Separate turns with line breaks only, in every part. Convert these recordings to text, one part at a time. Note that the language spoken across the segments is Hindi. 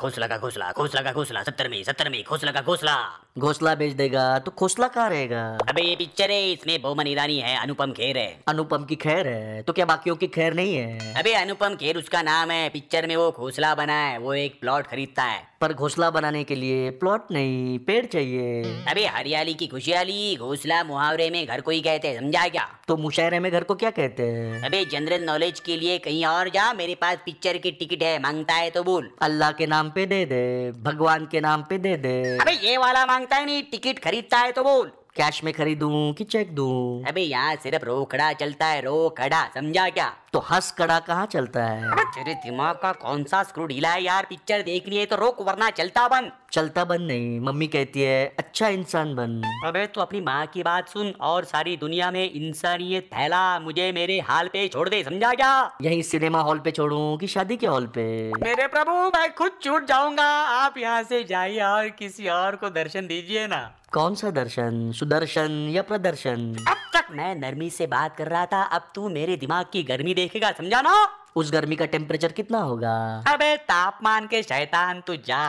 घोसला का घोसला घोसला का घोसला सत्तर में सत्तर में घोसला का घोसला
घोसला बेच देगा तो खोसला कहाँ रहेगा
अबे ये पिक्चर है इसमें बोमन ईरानी है अनुपम खेर है
अनुपम की खैर है तो क्या बाकियों की खैर नहीं है
अबे अनुपम खेर उसका नाम है पिक्चर में वो घोसला बना है वो एक प्लॉट खरीदता है
पर घोसला बनाने के लिए प्लॉट नहीं पेड़ चाहिए
अबे हरियाली की खुशहाली घोसला मुहावरे में घर को ही कहते हैं समझा क्या
तो मुशायरे में घर को क्या कहते हैं
अबे जनरल नॉलेज के लिए कहीं और जा मेरे पास पिक्चर की टिकट है मांगता है तो बोल
अल्लाह के नाम पे दे दे भगवान के नाम पे दे दे
अबे ये वाला मांगता है नहीं टिकट खरीदता है तो बोल
कैश में खरीदूं कि चेक दूं
अबे यहाँ सिर्फ रोकड़ा चलता है रोकड़ा समझा क्या
तो हंस कड़ा कहाँ चलता है
अबे तेरे दिमाग का कौन सा स्क्रू ढीला है यार पिक्चर देखनी है तो रोक वरना चलता बंद
चलता बन नहीं मम्मी कहती है अच्छा इंसान बन
अबे तू अपनी माँ की बात सुन और सारी दुनिया में इंसानियत फैला मुझे मेरे हाल पे छोड़ दे समझा क्या
यही सिनेमा हॉल पे छोड़ूं कि शादी के हॉल पे
मेरे प्रभु मैं खुद छूट जाऊंगा आप यहाँ से जाइए और किसी और को दर्शन दीजिए ना
कौन सा दर्शन सुदर्शन या प्रदर्शन
अब तक मैं नरमी से बात कर रहा था अब तू मेरे दिमाग की गर्मी देखेगा समझा ना
उस गर्मी का टेम्परेचर कितना होगा
अबे तापमान के शैतान तू जा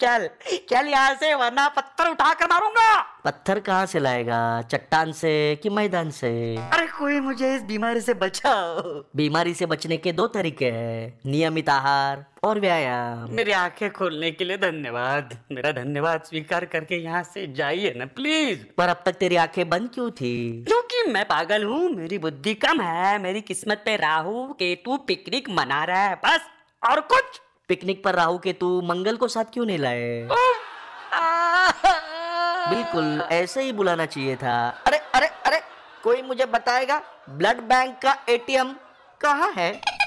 चल चल यहाँ से वरना पत्थर उठा कर मारूंगा
पत्थर कहाँ से लाएगा चट्टान से कि मैदान से
अरे कोई मुझे इस बीमारी से बचाओ
बीमारी से बचने के दो तरीके हैं नियमित आहार और व्यायाम
मेरी आंखें खोलने के लिए धन्यवाद मेरा धन्यवाद स्वीकार करके यहाँ से जाइए ना प्लीज
पर अब तक तेरी आंखें बंद क्यों थी
क्योंकि मैं पागल हूँ मेरी बुद्धि कम है मेरी किस्मत पे राहु केतु पिकनिक मना रहा है बस और कुछ
पिकनिक पर राहु के तू मंगल को साथ क्यों नहीं लाए बिल्कुल ऐसे ही बुलाना चाहिए था अरे अरे अरे कोई मुझे बताएगा ब्लड बैंक का एटीएम कहाँ है